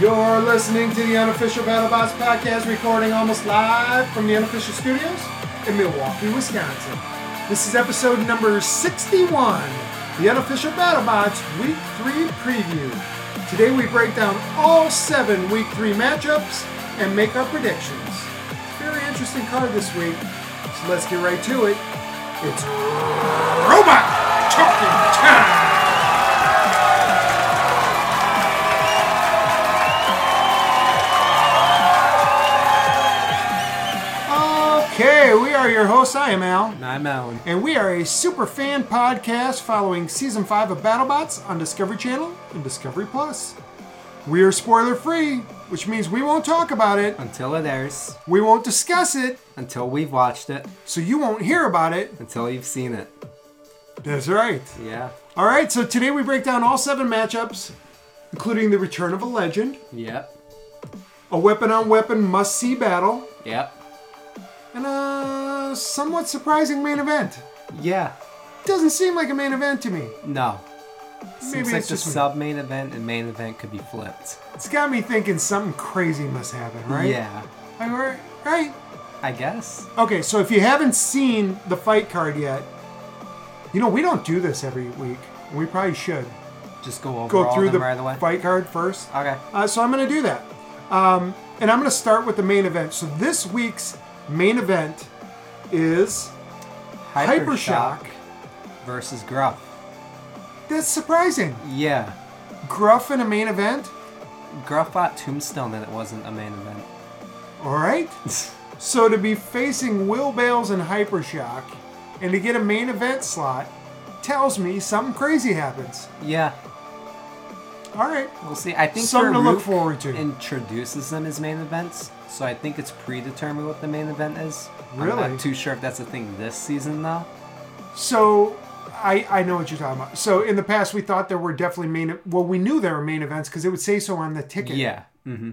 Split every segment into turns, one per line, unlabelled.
You're listening to the unofficial BattleBots podcast, recording almost live from the unofficial studios in Milwaukee, Wisconsin. This is episode number 61, the unofficial BattleBots Week 3 preview. Today we break down all seven Week 3 matchups and make our predictions. Very interesting card this week, so let's get right to it. It's Robot Talking Time! Okay, we are your hosts. I am Al.
I'm Alan.
And we are a super fan podcast following season five of BattleBots on Discovery Channel and Discovery Plus. We are spoiler free, which means we won't talk about it,
Until it airs,
we won't discuss it,
until we've watched it,
so you won't hear about it.
until you've seen it.
That's right.
Yeah.
All right, so today we break down all seven matchups, including the return of a legend,
Yep.
a weapon on weapon must see battle,
Yep.
and a somewhat surprising main event.
Yeah.
Doesn't seem like a main event to me.
No.
Maybe
Seems like
it's
the
just me.
sub main event and main event could be flipped.
It's got me thinking something crazy must happen, right?
Yeah.
Like, right, right.
I guess.
Okay, so if you haven't seen the fight card yet, you know, we don't do this every week. We probably should
Just go over
go
all
through
of them
the
right away.
fight card first.
Okay.
Uh, so I'm going to do that. Um, and I'm going to start with the main event. So this week's main event is Hypershock.
versus Gruff.
That's surprising.
Yeah.
Gruff in a main event?
Gruff bought Tombstone and it wasn't a main event.
All right. So to be facing Will Bales and Hypershock and to get a main event slot tells me something crazy happens.
yeah.
All right.
We'll see. I think
Something to look
Farouk
forward to.
Introduces them as main events, so I think it's predetermined what the main event is. I'm
Really?
not too sure if that's a thing this season though.
So I I know what you're talking about. So in the past we thought there were definitely main well we knew there were main events because it would say so on the ticket.
Yeah. Mm-hmm.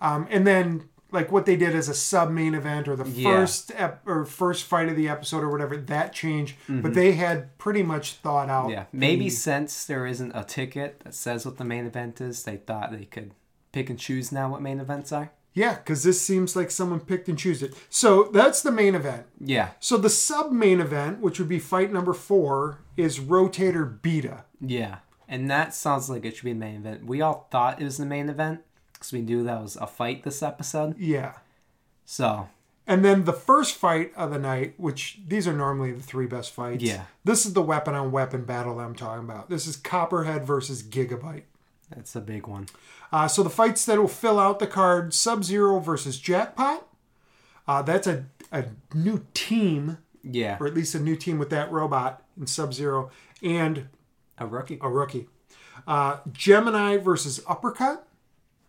Um, and then like what they did as a sub main event or the
Yeah.
first ep- or first fight of the episode or whatever that changed, but they had pretty much thought out.
Mm-hmm. Yeah. Maybe
the-
since there isn't a ticket that says what the main event is, they thought they could pick and choose now what main events are.
yeah, because this seems like someone picked and chose it. So that's the main event.
Yeah.
So the sub main event, which would be fight number four, is Rotator Beta.
Yeah. And that sounds like it should be the main event. We all thought it was the main event because we knew that was a fight this episode.
Yeah.
So
And then the first fight of the night, which these are normally the three best fights.
Yeah.
This is the weapon on weapon battle that I'm talking about. This is Copperhead versus Gigabyte.
that's a big one.
Uh, so the fights that will fill out the card Sub Zero versus Jackpot. Uh, that's a, a new team,
Yeah.
or at least a new team with that robot in Sub Zero, and
A rookie.
a rookie. Uh, Gemini versus Uppercut.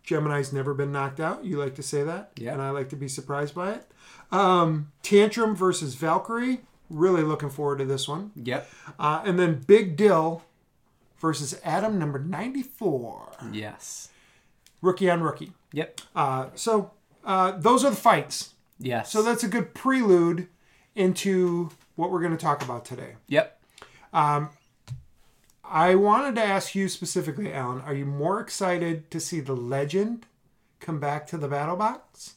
Gemini's never been knocked out. You like to say that.
Yeah.
And I like to be surprised by it. Um, Tantrum versus Valkyrie. Really looking forward to this one.
Yep.
Uh, and then Big Dill versus Adam number 94.
Yes.
Rookie on rookie.
Yep.
Uh, so uh, those are the fights.
Yes.
So that's a good prelude into what we're going to talk about today.
Yep.
I wanted to ask you specifically, Alan, are you more excited to see the legend come back to the battle box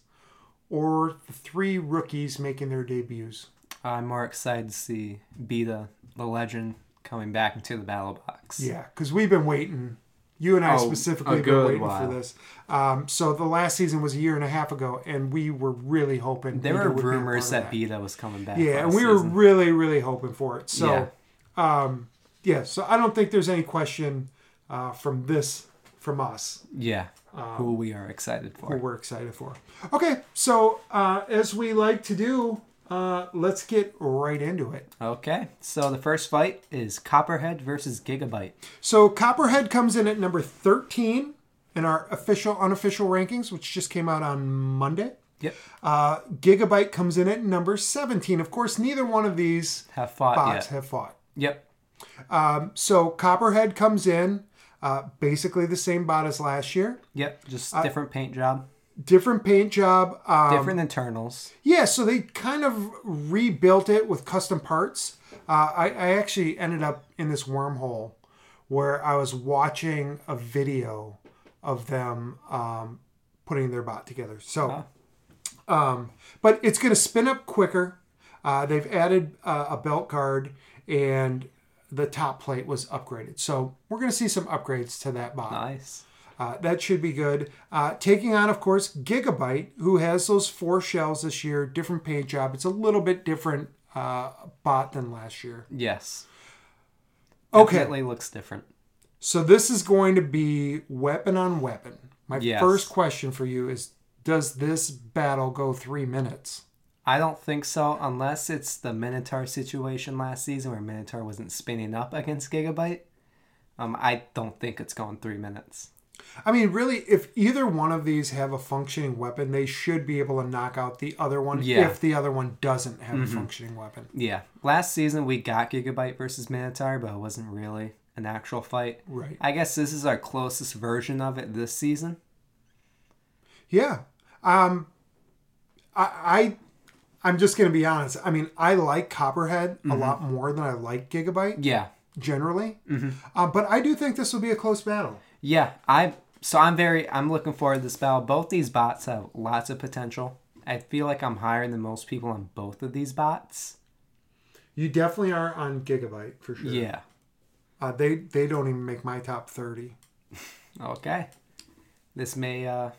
or the three rookies making their debuts?
I'm more excited to see Beta, the legend, coming back into the battle box.
Yeah, because we've been waiting. You and I
Oh,
specifically
a
have been
good
waiting
while.
for this. Um, so the last season was a year and a half ago, and we were really hoping
There
Beta
were
would be a
rumors
part of
that Beta was coming back.
Yeah, and
last
we were
season.
really, really hoping for it. So, um, yeah. So I don't think there's any question uh, from this from us
Yeah.
Um,
who we are excited for.
what we're excited for. Okay, so uh, as we like to do, uh, let's get right into it.
Okay, so the first fight is Copperhead versus Gigabyte.
So Copperhead comes in at number 13 in our official unofficial rankings, which just came out on Monday.
Yep.
Uh, Gigabyte comes in at number 17. Of course, neither one of these
Have fought
bots
yet.
have fought.
Yep.
So Copperhead comes in, uh, basically the same bot as last year.
Yep. Just different paint job,
Different paint job. Um,
different internals.
Yeah, so they kind of rebuilt it with custom parts. Uh, I, I actually ended up in this wormhole where I was watching a video of them um, putting their bot together. So,
Ah.
um, but it's going to spin up quicker. Uh, they've added uh, a belt guard and the top plate was upgraded. So we're going to see some upgrades to that bot.
Nice.
Uh, that should be good. Uh, taking on, of course, Gigabyte, who has those four shells this year, different paint job. It's a little bit different uh, bot than last year.
Yes.
Okay.
Definitely looks different.
So this is going to be weapon on weapon. My
Yes.
first question for you is Does this battle go three minutes?
I don't think so, unless it's the Minotaur situation last season where Minotaur wasn't spinning up against Gigabyte. Um, I don't think it's going three minutes.
I mean, really, if either one of these have a functioning weapon, they should be able to knock out the other one
Yeah. Mm-hmm.
if the other one doesn't have a functioning weapon.
Yeah, last season we got Gigabyte versus Minotaur, but it wasn't really an actual fight.
Right.
I guess this is our closest version of it this season.
Yeah. Um I I I'm just gonna be honest. I mean, I like Copperhead a lot more than I like Gigabyte
Yeah,
generally. Uh, but I do think this will be a close battle.
yeah. I so I'm very I'm looking forward to this battle. Both these bots have lots of potential. I feel like I'm higher than most people on both of these bots.
You definitely are on Gigabyte for sure.
Yeah.
Uh, they they don't even make my top thirty.
Okay. This may uh,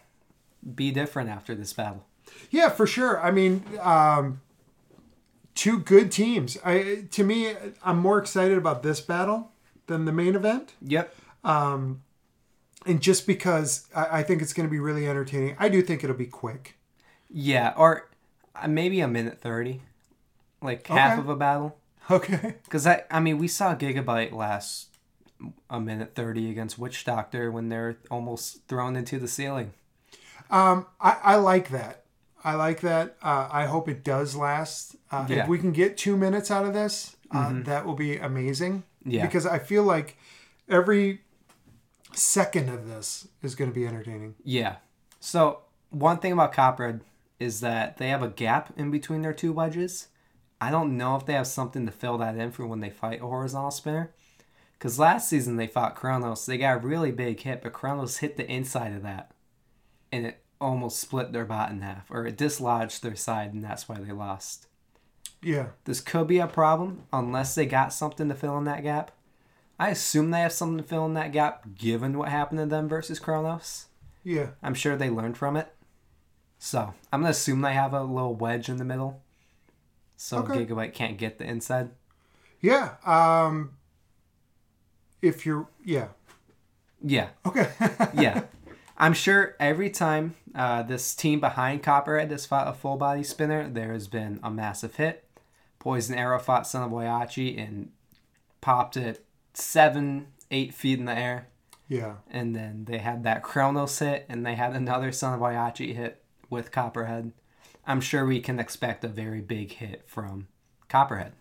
be different after this battle.
Yeah, for sure. I mean, um, two good teams. I to me, I'm more excited about this battle than the main event.
Yep.
And just because I, I think it's going to be really entertaining, I do think it'll be quick.
Yeah, or uh, maybe a minute 30. Like half
Okay.
of a battle.
Okay.
Because, I, I mean, we saw Gigabyte last a minute 30 against Witch Doctor when they're almost thrown into the ceiling.
Um, I, I like that. I like that. Uh, I hope it does last. Uh,
Yeah. Mm-hmm.
If we can get two minutes out of this, uh, that will be amazing.
Yeah.
Because I feel like every second of this is going to be entertaining.
Yeah. So, one thing about Copperhead is that they have a gap in between their two wedges. I don't know if they have something to fill that in for when they fight a horizontal spinner. Because last season they fought Kronos, they got a really big hit, but Kronos hit the inside of that. And it almost split their bot in half, or it dislodged their side, and that's why they lost.
Yeah.
This could be a problem unless they got something to fill in that gap. I assume they have something to fill in that gap given what happened to them versus Kronos.
Yeah.
I'm sure they learned from it. So I'm gonna assume they have a little wedge in the middle, so
Okay.
Gigabyte can't get the inside.
Yeah. Um, if you're, yeah.
Yeah,
Okay.
yeah. I'm sure every time uh, this team behind Copperhead has fought a full body spinner, there has been a massive hit. Poison Arrow fought Son of Boyachi and popped it seven, eight feet in the air.
yeah.
And then they had that Kronos hit, and they had another Son of Waiachi hit with Copperhead. I'm sure we can expect a very big hit from Copperhead.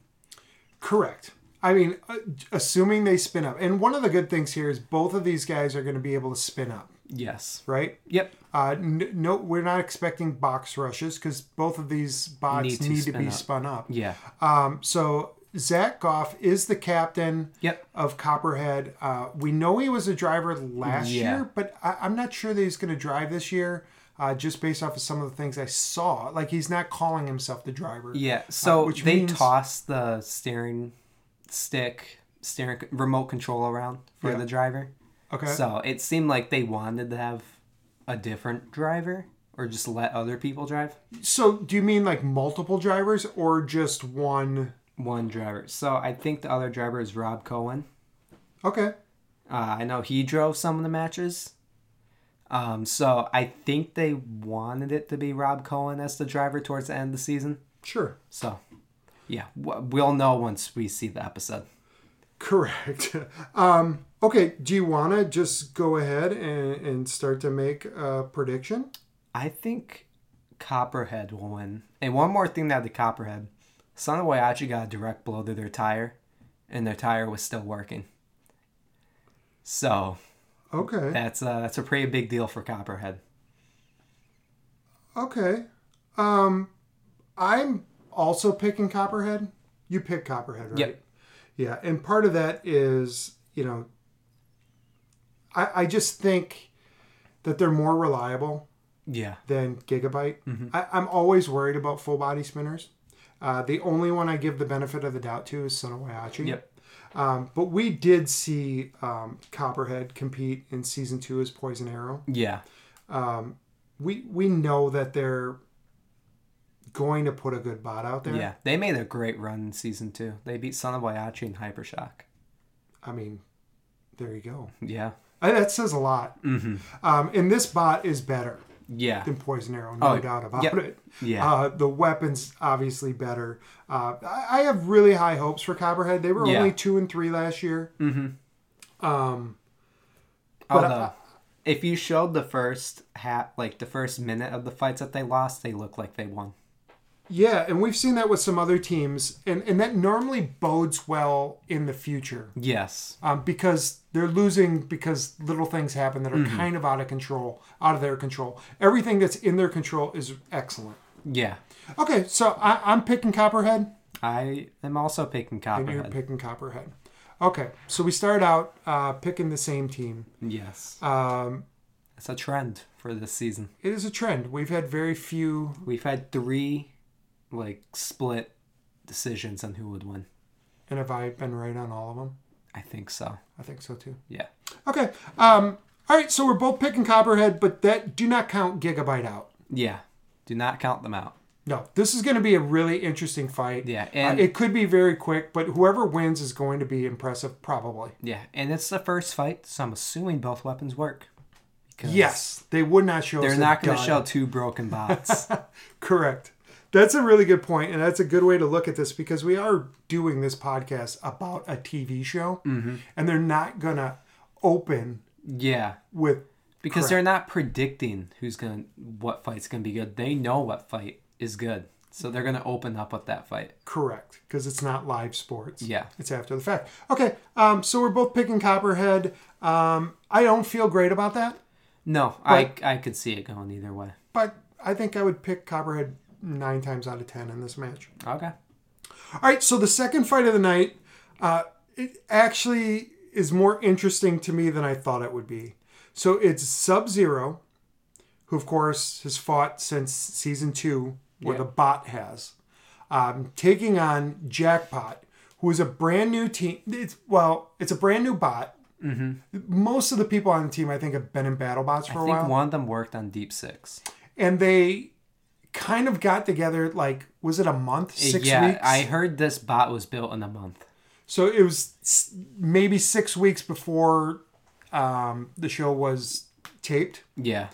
Correct. I mean, uh, assuming they spin up. And one of the good things here is both of these guys are going to be able to spin up,
Yes.
right?
Yep.
Uh, n- no, we're not expecting box rushes because both of these bots
Need
need
to
to,
spin
be
up.
spun up.
Yeah.
Um, so Zach Goff is the captain
Yep.
of Copperhead. Uh, we know he was a driver last
Yeah.
year, but I- I'm not sure that he's going to drive this year. Uh, just based off of some of the things I saw, like he's not calling himself the driver.
Yeah. So
Uh, which
they
means-
tossed the steering stick, steering remote control around for
Yeah.
the driver.
Okay.
So it seemed like they wanted to have a different driver or just let other people drive.
So do you mean like multiple drivers or just one?
One driver. So I think the other driver is Rob Cohen.
Okay.
Uh, I know he drove some of the matches. Um, so I think they wanted it to be Rob Cohen as the driver towards the end of the season.
Sure.
So, yeah, w- we'll know once we see the episode.
Correct. Um, okay, do you want to just go ahead and, and start to make a prediction?
I think Copperhead will win. And one more thing that the Copperhead, Son of Wayachi got a direct blow to their tire, and their tire was still working. So
Okay.
that's uh, that's a pretty big deal for Copperhead.
Okay. Um, I'm also picking Copperhead. You pick Copperhead, right?
Yep.
Yeah, and part of that is, you know, I, I just think that they're more reliable
Yeah.
than Gigabyte.
Mm-hmm.
I, I'm always worried about full body spinners. Uh, the only one I give the benefit of the doubt to is Sonowayachi.
Yep.
Um, but we did see um, Copperhead compete in season two as Poison Arrow.
Yeah.
We we know that they're going to put a good bot out there.
Yeah. They made a great run in season two. They beat Son of Waiachi and Hypershock.
I mean, there you go.
Yeah.
Uh, That says a lot.
Mm-hmm.
Um, and this bot is better
Yeah.
than Poison Arrow, no
Oh,
doubt about
yep.
it.
Yeah.
Uh, the weapons obviously better. Uh, I, I have really high hopes for Copperhead. They were
Yeah.
only two and three last year. but uh, I-
Although, if you showed the first hat, like the first minute of the fights that they lost, they look like they won.
Yeah, and we've seen that with some other teams, and and that normally bodes well in the future
Yes.
um, because they're losing because little things happen that are
Mm-hmm.
kind of out of control, out of their control. Everything that's in their control is excellent.
Yeah.
Okay, so I, I'm picking Copperhead.
I am also picking
and You're
Copperhead.
picking Copperhead. Okay, so we start out uh, picking the same team.
yes.
Um,
It's a trend for this season.
it is a trend. We've had very few.
We've had three, like, split decisions on who would win.
And have I been right on all of them?
I think so.
I think so too.
Yeah.
Okay. Um, all right. So we're both picking Copperhead, but that do not count Gigabyte out.
Yeah. Do not count them out.
No, this is going to be a really interesting fight.
Yeah,
Uh,
and-
it could be very quick, but whoever wins is going to be impressive, probably.
Yeah. And it's the first fight, so I'm assuming both weapons work. Because
Yes, they would not show.
They're
us a
not going to
gun.
show two broken bots.
Correct. That's a really good point, and that's a good way to look at this because we are doing this podcast about a TV show,
Mm-hmm.
and they're not going to open
yeah.
with
because they're not predicting who's gonna what fight's gonna be good. They know what fight is good, so they're gonna open up with that fight.
Correct, because it's not live sports.
Yeah.
it's after the fact. Okay, um, so we're both picking Copperhead. Um, I don't feel great about that,
No, I I could see it going either way.
but I think I would pick Copperhead nine times out of ten in this match.
Okay.
All right, so the second fight of the night, uh, it actually is more interesting to me than I thought it would be. So it's Sub Zero, who of course has fought since season two, where
Yeah.
the bot has, um, taking on Jackpot, who is a brand new team. It's well, it's a brand new bot. Most of the people on the team, I think, have been in battle bots for
Mm-hmm. I
a
think
while
one of them worked on Deep Six.
and they kind of got together like was it a month six
yeah,
weeks
I heard this bot was built in a month.
so it was s- maybe six weeks before um, the show was taped
Yeah.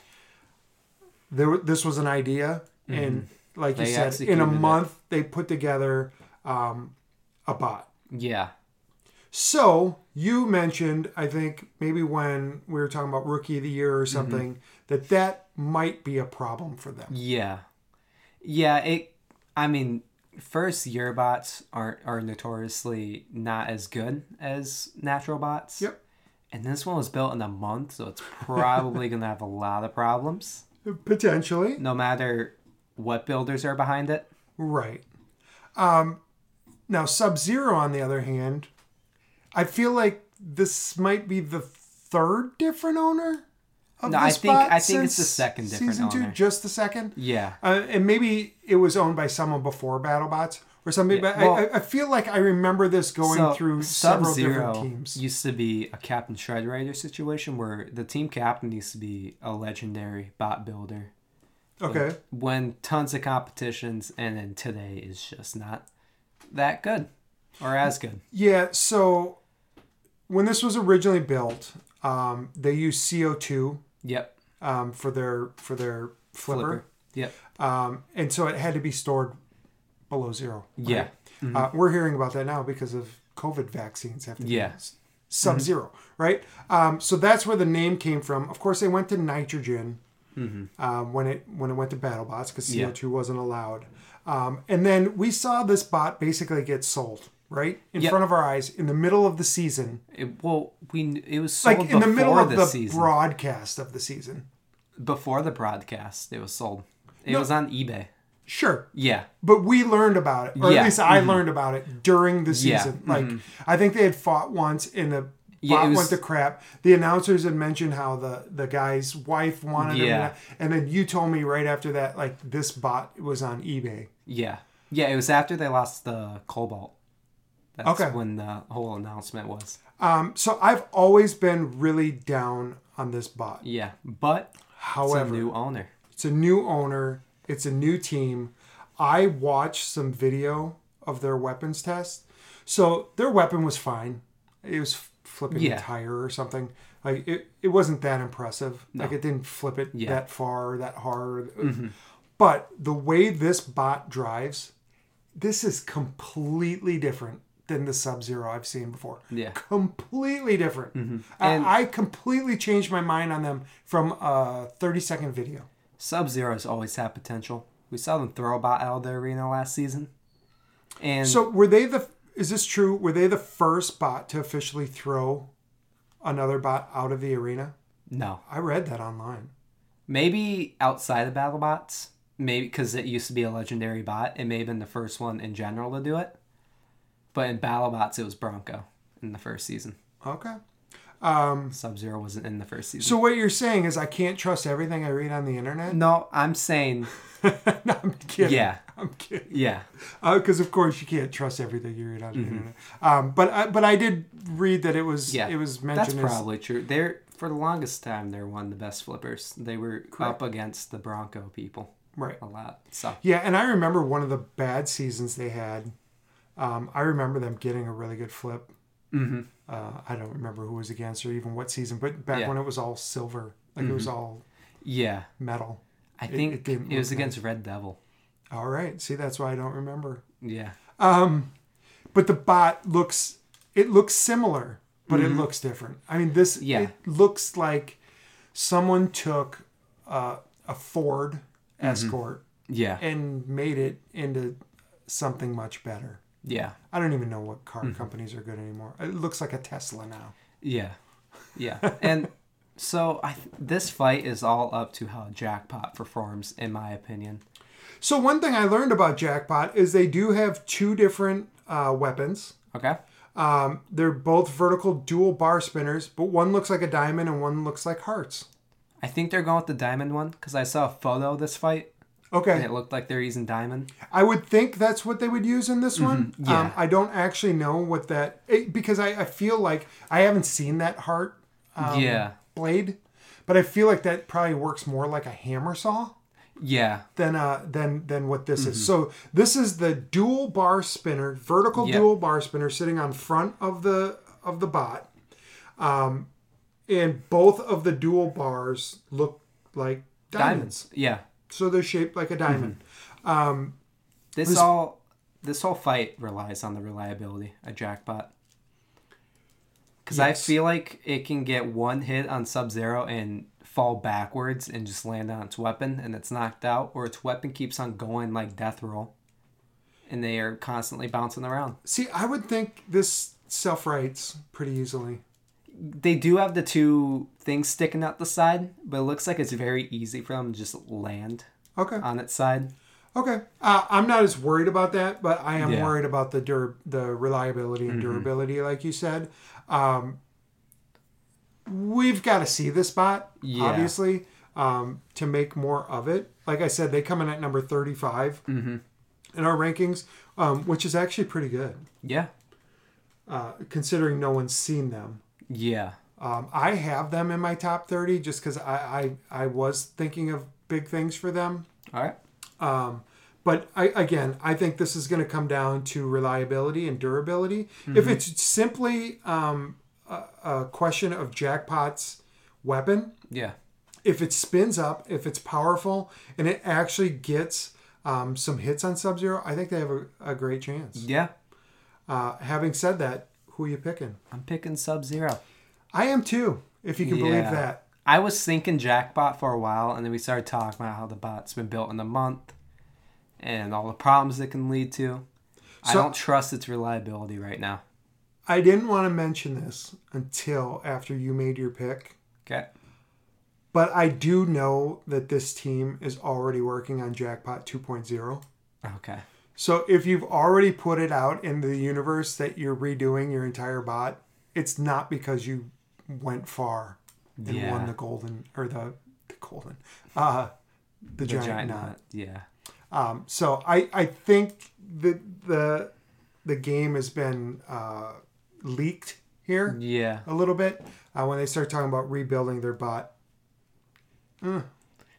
there wa- this was an idea and like
Mm-hmm. They
you said in
executed
a
it.
month they put together um, a bot
Yeah.
so you mentioned i think maybe when we were talking about rookie of the year
Mm-hmm.
or something that that might be a problem for them
Yeah. Yeah, it I mean, first year bots aren't are notoriously not as good as natural bots.
Yep.
And this one was built in a month, so it's probably gonna have a lot of problems.
potentially
no matter what builders are behind it.
Right. Um, now, Sub Zero, on the other hand, I feel like this might be the third different owner. Of
No, I
this
think-
bot
I think it's the
since
second different
season two,
owner.
just the second.
Yeah.
Uh, and maybe it was owned by someone before BattleBots or something. but I
well-
I, I feel like I remember this going
So
through
Sub
several different
Zero
teams.
used to be a Captain Shred Rider situation where the team captain used to be a legendary bot builder.
Okay,
Won tons of competitions and then today is just not that good. Or as good.
yeah. So when this was originally built, um, they used CO two
Yep.
um, for their for their flipper.
Flipper. Yep.
um, and so it had to be stored below zero. right?
Yeah. Mm-hmm.
uh, we're hearing about that now because of COVID vaccines have to
Yeah. Mm-hmm.
be sub 0 right? Um, so that's where the name came from. Of course, they went to nitrogen
Mm-hmm.
um, when it when it went to BattleBots because CO two wasn't allowed. Um, and then we saw this bot basically get sold right in
Yep.
front of our eyes in the middle of the season,
It, well, we kn- it was sold
like in the middle
before
of the
season.
broadcast of the season.
before the broadcast, it was sold. It was on eBay.
Sure,
Yeah.
but we learned about it, or
Yeah, Mm-hmm.
at least I learned about it during the
Yeah, Mm-hmm.
season. Like I think they had fought once in the
Yeah, it
bot
was-
went to crap. The announcers had mentioned how the the guy's wife wanted him,
Yeah.
to- and then you told me right after that, like this bot was on eBay.
Yeah. Yeah, it was after they lost the Cobalt. That's
Okay.
when the whole announcement was.
Um, so I've always been really down on this bot.
Yeah. But it's
However,
a new owner.
It's a new owner. It's a new team. I watched some video of their weapons test. So their weapon was fine. It was flipping
Yeah.
a tire or something. Like it, it wasn't that impressive. Like it didn't flip it
Yeah. Mm-hmm.
that far, or that hard. But the way this bot drives, this is completely different than the Sub Zero I've seen before.
Yeah. Mm-hmm.
Completely different.
And-
I, I completely changed my mind on them from a 30 second video.
Sub Zero's always had potential. We saw them throw about out of the arena last season. And
So were they the? Is this true? Were they the first bot to officially throw another bot out of the arena?
no.
I read that online.
Maybe outside of BattleBots, maybe because it used to be a legendary bot, it may have been the first one in general to do it. But in BattleBots, it was Bronco in the first season.
Okay.
Sub Zero wasn't in the first season.
Hmm. So what you're saying is I can't trust everything I read on the internet?
no, I'm saying,
no, I'm kidding.
yeah,
I'm kidding.
yeah,
Because of course you can't trust everything you read on the internet. Um, but I, but I did read that it was
Mm-hmm. yeah.
it was
That's
mentioned. as,
probably true. They're for the longest time they're one of the best flippers. They were up against the Bronco people
right.
a lot. So
Yeah, and I remember one of the bad seasons they had. Um, I remember them getting a really good flip. Mm-hmm. Uh, I don't remember who was against or even what season, but back
Yeah. Mm-hmm.
when it was all silver, like it was all
yeah,
metal.
I think
it
it,
didn't
was
look
against Red Devil.
All right, see that's why I don't remember.
Yeah,
But the bot looks, it looks similar, but it looks different. I mean, this
Mm-hmm. Yeah.
it looks like someone took uh, a Ford
Mm-hmm.
Escort
yeah,
and made it into something much better.
yeah,
I don't even know what car
Mm-hmm.
companies are good anymore. It looks like a Tesla now.
yeah, yeah. and so I th- this fight is all up to how jackpot performs, in my opinion.
So one thing I learned about Jackpot is they do have two different uh, weapons.
Okay.
Um, they're both vertical dual bar spinners, but one looks like a diamond and one looks like hearts.
I think they're going with the diamond one because I saw a photo of this fight and
Okay,
it looked like they're using diamond.
I would think that's what they would use in this one. Um,
Mm-hmm. yeah.
I don't actually know what that it, because I, I feel like I haven't seen that heart
yeah,
blade, but I feel like that probably works more like a hammer saw.
yeah,
than uh than than what this is. So this is the dual bar spinner, vertical
Yep.
dual bar spinner sitting on front of the of the bot. Um and both of the dual bars look like diamonds.
diamonds. Yeah.
So they're shaped like a diamond.
This all this whole fight relies on the reliability of Jackpot. Because I feel like it can get one hit on Sub Zero and fall backwards and just land on its weapon and it's knocked out, or its weapon keeps on going like death roll, and they are constantly bouncing around.
See, I would think this self writes pretty easily.
They do have the two things sticking out the side, but it looks like it's very easy for them to just land
Okay.
on its side.
Okay. Uh, I'm not as worried about that, but I am
Yeah. Mm-hmm.
worried about the dur- the reliability and durability, like you said. Um, we've got to see this bot,
Yeah.
obviously, um, to make more of it. Like I said, they come in at number 35
Mm-hmm.
in our rankings, um, which is actually pretty good
Yeah,
uh, considering no one's seen them.
yeah,
Um, I have them in my top 30 just because I, I, I was thinking of big things for them.
all right,
But I, again, I think this is going to come down to reliability and durability. If it's simply um, a, a question of Jackpot's weapon,
yeah,
if it spins up, if it's powerful, and it actually gets um, some hits on Sub Zero, I think they have a, a great chance.
yeah.
Uh, having said that, who are you picking?
I'm picking Sub Zero.
I am too, if you can believe
Yeah.
that.
I was thinking Jackbot for a while, and then we started talking about how the bot's been built in a month and all the problems it can lead to. I
So-
don't trust its reliability right now.
I didn't want to mention this until after you made your pick.
Okay.
But I do know that this team is already working on Jackpot 2.0.
Okay.
So if you've already put it out in the universe that you're redoing your entire bot, it's not because you went far and
Yeah.
won the golden or the, the golden uh the,
The
giant,
giant
knot.
knot. Yeah.
Um, so I I think that the the game has been uh, leaked here
Yeah.
a little bit uh, when they start talking about rebuilding their bot.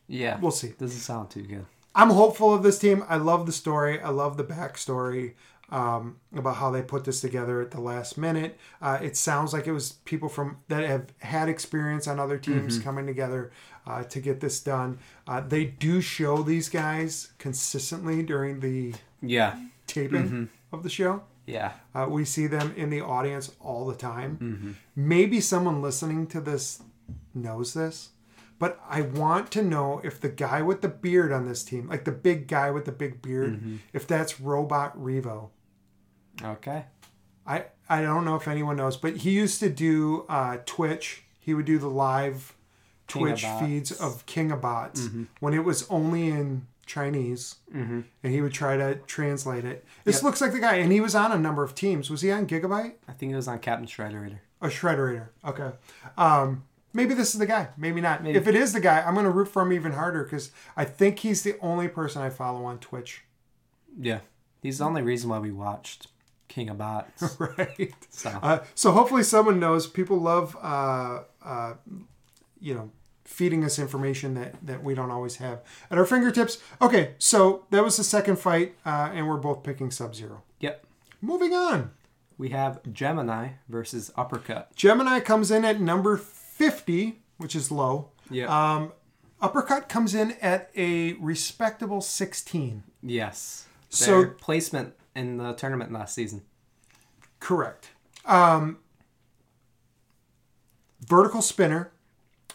Yeah.
We'll see.
Doesn't sound too good.
I'm hopeful of this team. I love the story. I love the backstory um, about how they put this together at the last minute. Uh, it sounds like it was people from that have had experience on other teams coming together uh, to get this done. Uh, they do show these guys consistently during the
Yeah.
taping of the show.
Yeah.
Uh, we see them in the audience all the time.
Mm-hmm.
Maybe someone listening to this knows this, but I want to know if the guy with the beard on this team, like the big guy with the big beard,
Mm-hmm.
if that's Robot Revo.
Okay.
I, I don't know if anyone knows, but he used to do uh, Twitch. He would do the live
King of
Twitch
Bots. Mm-hmm.
feeds of King of Bots when it was only in Chinese, mm-hmm. and he would try to translate it. This looks like the guy, and he was on a number of teams. Was he on Gigabyte?
I think it was on Captain Shredderator.
A Shredderator. Okay. Um, maybe this is the guy. Maybe not. If it is the guy, I'm going to root for him even harder because I think he's the only person I follow on Twitch.
Yeah. He's the only reason why we watched King of Bots.
Right.
So
Uh, so hopefully someone knows. People love, uh, uh, you know, feeding us information that, that we don't always have at our fingertips. Okay. So that was the second fight, uh, and we're both picking Sub Zero.
yep.
Moving on.
We have Gemini versus Uppercut.
Gemini comes in at number 50, which is low.
Yeah.
Um, Uppercut comes in at a respectable 16.
yes.
so-
Their placement in the tournament last season.
Correct. Um, vertical spinner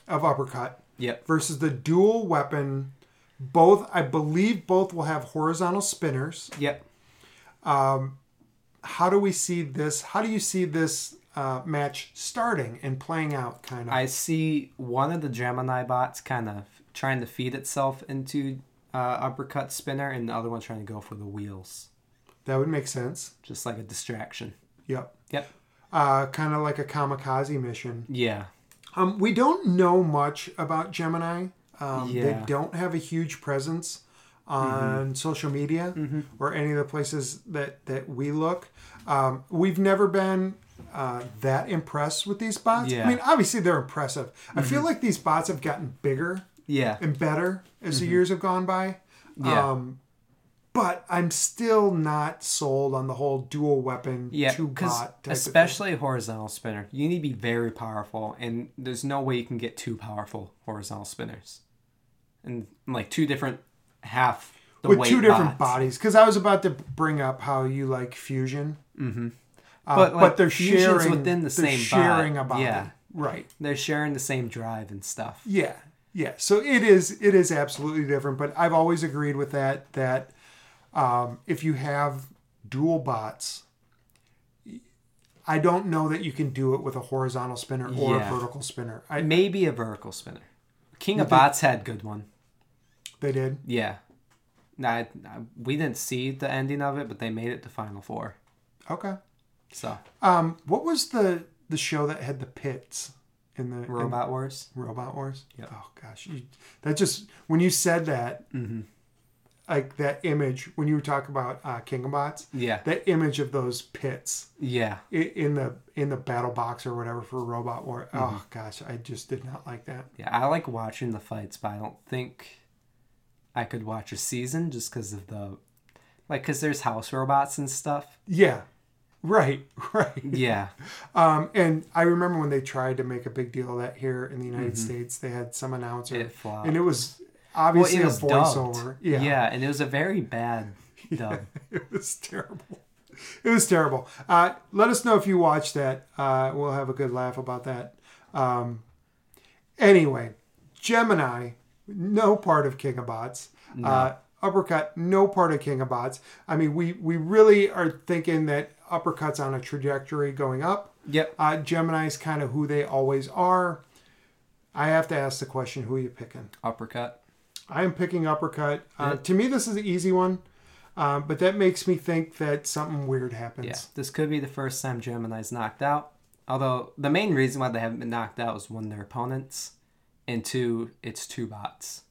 of uppercut
Yep.
versus the dual weapon. Both, I believe, both will have horizontal spinners.
Yep.
How do we see this? How do you see this uh, match starting and playing out? Kind of.
I see one of the Gemini bots kind of trying to feed itself into uh, uppercut spinner, and the other one trying to go for the wheels,
that would make sense.
just like a distraction.
Yep.
Yep.
Uh, kind of like a kamikaze mission.
Yeah.
Um, we don't know much about Gemini. Um, They
Yeah. Mm-hmm.
don't have a huge presence on social media or any of the places that, that we look. Um, we've never been uh, that impressed with these bots. I
Yeah. Mm-hmm.
mean, obviously they're impressive. I feel like these bots have gotten bigger
Yeah.
and better as the years have gone by.
Mm-hmm. Yeah.
Um, but I'm still not sold on the whole dual weapon
Yeah,
two
because
bot. type of thing.
especially a horizontal spinner, you need to be very powerful, and there's no way you can get two powerful horizontal spinners, and like two different half the
with
weight
two different
bots.
bodies because i was about to bring up how you like fusion mm-hmm. but,
But, like,
they're
fusion's
sharing
within
they're
the same
sharing
bot.
a body
Yeah.
right
They're sharing the same drive and stuff.
yeah yeah so it is it is absolutely different but i've always agreed with that that um, if you have dual bots i don't know that you can do it with a horizontal spinner or
Yeah.
a vertical spinner I,
Maybe a vertical spinner. King of Bots had good one.
they did
Yeah. Now, I, I- we didn't see the ending of it, but they made it to Final Four.
okay
So,
um, what was the the show that had the pits in the in-
Robot Wars.
Robot Wars.
Yep.
Oh gosh, you, that just when you said that,
Mm-hmm.
like that image when you talk about uh, King of Bots,
Yeah.
that image of those pits
Yeah.
i- in the in the battle box or whatever for Robot War.
Mm-hmm.
Oh gosh, I just did not like that.
Yeah. I like watching the fights, but I don't think I could watch a season just because of the. Like, because there's house robots and stuff.
Yeah, right, right.
Yeah.
Um, and I remember when they tried to make a big deal of that here in the United States, they had some announcer,
Mm-hmm. It flopped.
and it was
Well,
obviously
it was
a
dubbed.
voiceover.
Yeah. And it was a very bad dub.
it was terrible. It was terrible. Uh, let us know if you watch that. Uh, we'll have a good laugh about that. Um, anyway, Gemini, no part of King of Bots. Uh, uppercut, no part of King of Bots. I mean, we we really are thinking that uppercut's on a trajectory going up.
Yep.
Uh, Gemini's kind of who they always are. I have to ask the question: Who are you picking?
Uppercut.
I am picking uppercut. Uh, To me, this is an easy one, um, but that makes me think that something weird happens.
Yeah. This could be the first time Gemini's knocked out. Although the main reason why they haven't been knocked out is one, their opponents, and two, it's two bots.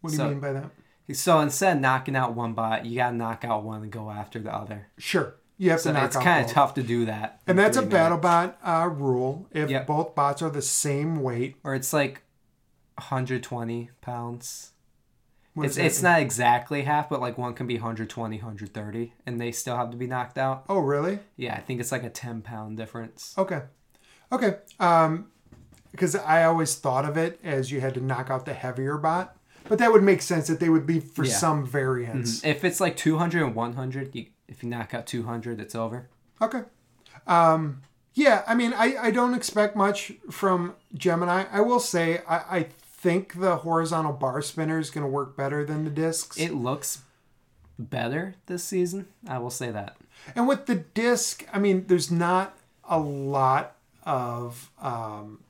What do
So-
you mean by that?
So instead of knocking out one bot, you gotta knock out one and go after the other.
Sure. You have
So
to knock
it's
out
kind
both.
of tough to do that.
And
in
that's a
three minutes.
BattleBot uh, rule. If
Yep.
both bots are the same weight,
Or it's like 120 pounds.
what
it's
does that
it's
mean?
not exactly half, but like one can be 120, 130, and they still have to be knocked out.
Oh, really?
Yeah, I think it's like a 10 pound difference.
Okay. Okay. Um, because I always thought of it as you had to knock out the heavier bot, but that would make sense that they would be for
Yeah.
some variants.
If it's like 200 and 100, you, if you knock out 200, it's over.
Okay. Um, yeah, I mean, I, I don't expect much from Gemini. I will say, I, I think the horizontal bar spinner is going to work better than the discs.
It looks better this season. I will say that.
And with the disc, I mean, there's not a lot of um,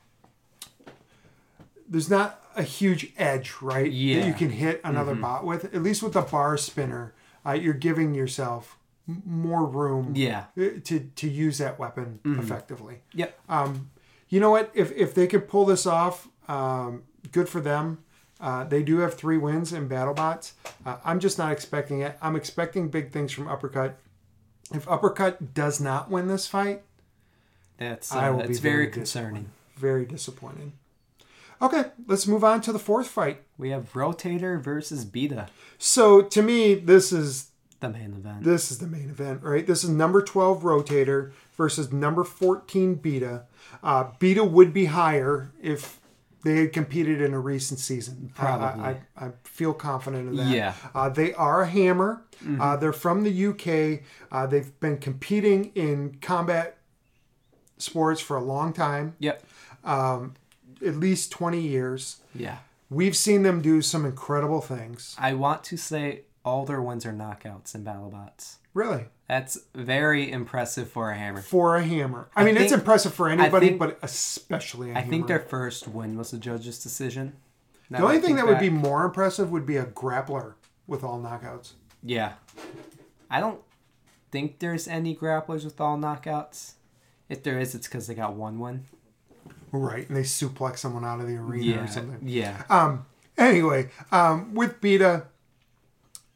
there's not a huge edge, right? That
Yeah. Mm-hmm.
you can hit another bot with. At least with the bar spinner, uh, you're giving yourself m- more room
Yeah. Mm-hmm.
uh, to to use that weapon effectively.
Yep.
Um, you know what? If if they could pull this off, um, good for them. Uh, they do have three wins in BattleBots. Uh, I'm just not expecting it. I'm expecting big things from Uppercut. If Uppercut does not win this fight,
That's
I
uh,
will be
it's very
very
concerning.
very disappointing. Okay, let's move on to the fourth fight.
We have Rotator versus Beta,
So to me, this is
the main event.
this is the main event, right? This is number 12 rotator versus number 14 beta. Uh, beta would be higher if they had competed in a recent season. I- I,
Probably.
I, I feel confident of that.
Yeah. Mm-hmm.
Uh, they are a hammer. Uh, they're from the UK. Uh, they've been competing in combat sports for a long time,
yep.
at least 20 years.
Yeah.
We've seen them do some incredible things.
I want to say all their wins are knockouts in BattleBots.
Really.
That's very impressive for a hammer.
For a hammer. I, mean, it's
think-
impressive for anybody,
think-
but especially a
I
hammer.
think their first win was the judge's decision. Now
The only
I
thing
think
that would be more impressive would be a grappler with all knockouts.
yeah. I don't think there's any grapplers with all knockouts. If there is, it's because they got one win.
Right. And they suplex someone out of the arena
Yeah,
or something.
yeah.
Um, anyway, um, with Beta,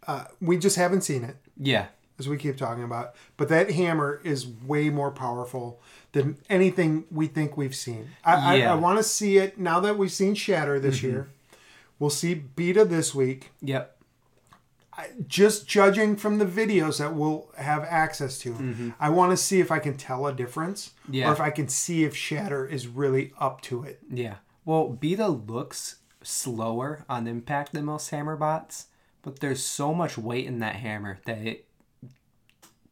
uh, we just haven't seen it,
yeah.
as we keep talking about. But that hammer is way more powerful than anything we think we've seen. I, I,
Yeah. Mm-hmm.
I want to see it now that we've seen Shatter this year. We'll see Beta this week.
Yep.
just judging from the videos that we'll have access to, I want to see if I can tell a difference
Yeah.
or if I can see if Shatter is really up to it.
Yeah. Well, Beta looks slower on impact than most hammer bots, but there's so much weight in that hammer that it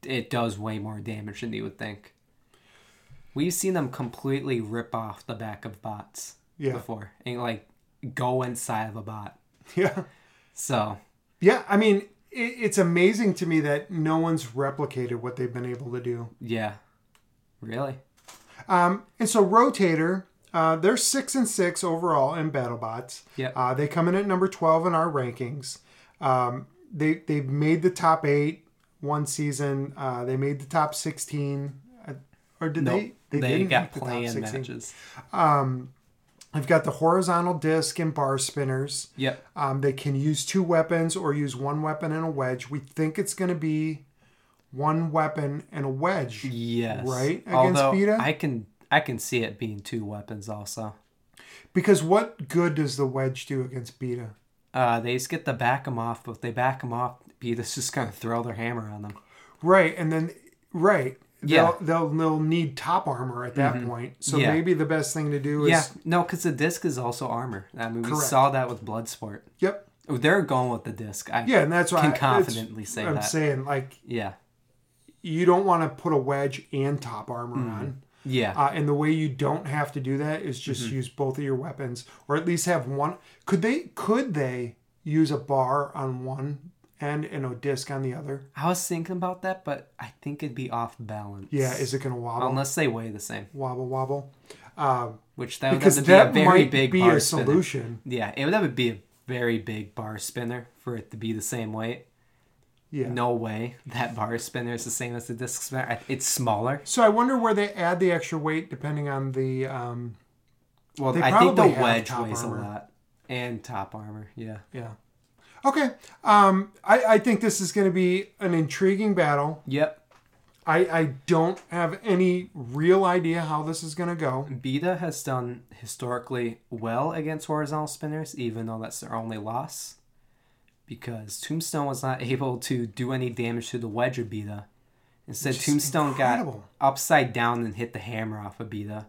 it does way more damage than you would think. We've seen them completely rip off the back of bots
Yeah.
before and like go inside of a bot.
Yeah.
So
Yeah. I mean, it, it's amazing to me that no one's replicated what they've been able to do.
yeah, really,
Um, and so Rotator, uh, they're six and six overall in BattleBots.
Yep.
Uh, they come in at number twelve in our rankings. Um, they they made the top eight one season. Uh, they made the top sixteen, Uh, or did
nope.
they?
They,
didn't
got
make the top
play-in
16.
matches.
I've got the horizontal disc and bar spinners.
Yep.
Um, they can use two weapons or use one weapon and a wedge. We think it's going to be one weapon and a wedge.
Yes.
Right? Against
Although
Beta?
I can I can see it being two weapons also.
Because what good does the wedge do against Beta?
Uh, they just get to back them off, but if they back them off, Beta's just gonna throw their hammer on them.
Right, and then right,
Yeah. Mm-hmm.
they'll, they'll they'll need top armor at that point. So
Yeah.
maybe the best thing to do is
Yeah, no, because the disc is also armor. I mean, we
Correct.
saw that with Bloodsport.
yep,
Oh, They're going with the disc. I
yeah, and that's why
Can
I- it's-
confidently say
I'm
that.
saying like
yeah,
you don't want to put a wedge and top armor
Mm-hmm.
on.
yeah.
Uh, and the way you don't have to do that is just
Mm-hmm.
use both of your weapons, or at least have one. Could they? Could they use a bar on one end and a disc on the other?
I was thinking about that, but I think it'd be off balance.
Yeah, is it going to wobble,
unless they weigh the same,
wobble, wobble? Um,
which that would
because
have to
that
be a very
might
big
be
bar
a
spinner.
solution.
Yeah, it would have to be a very big bar spinner for it to be the same weight.
Yeah.
No way that bar spinner is the same as the disc spinner. I- It's smaller.
So I wonder where they add the extra weight depending on the. Um,
Well,
They
I think the
probably have
wedge
top
weighs
armor.
a lot, and top armor. Yeah.
yeah. Okay. Um, I, I think this is going to be an intriguing battle.
Yep.
I, I don't have any real idea how this is going to go.
Beta has done historically well against horizontal spinners, even though that's their only loss. Because Tombstone was not able to do any damage to the wedge of Beta. Instead,
is
Tombstone
incredible.
got upside down and hit the hammer off of Beta.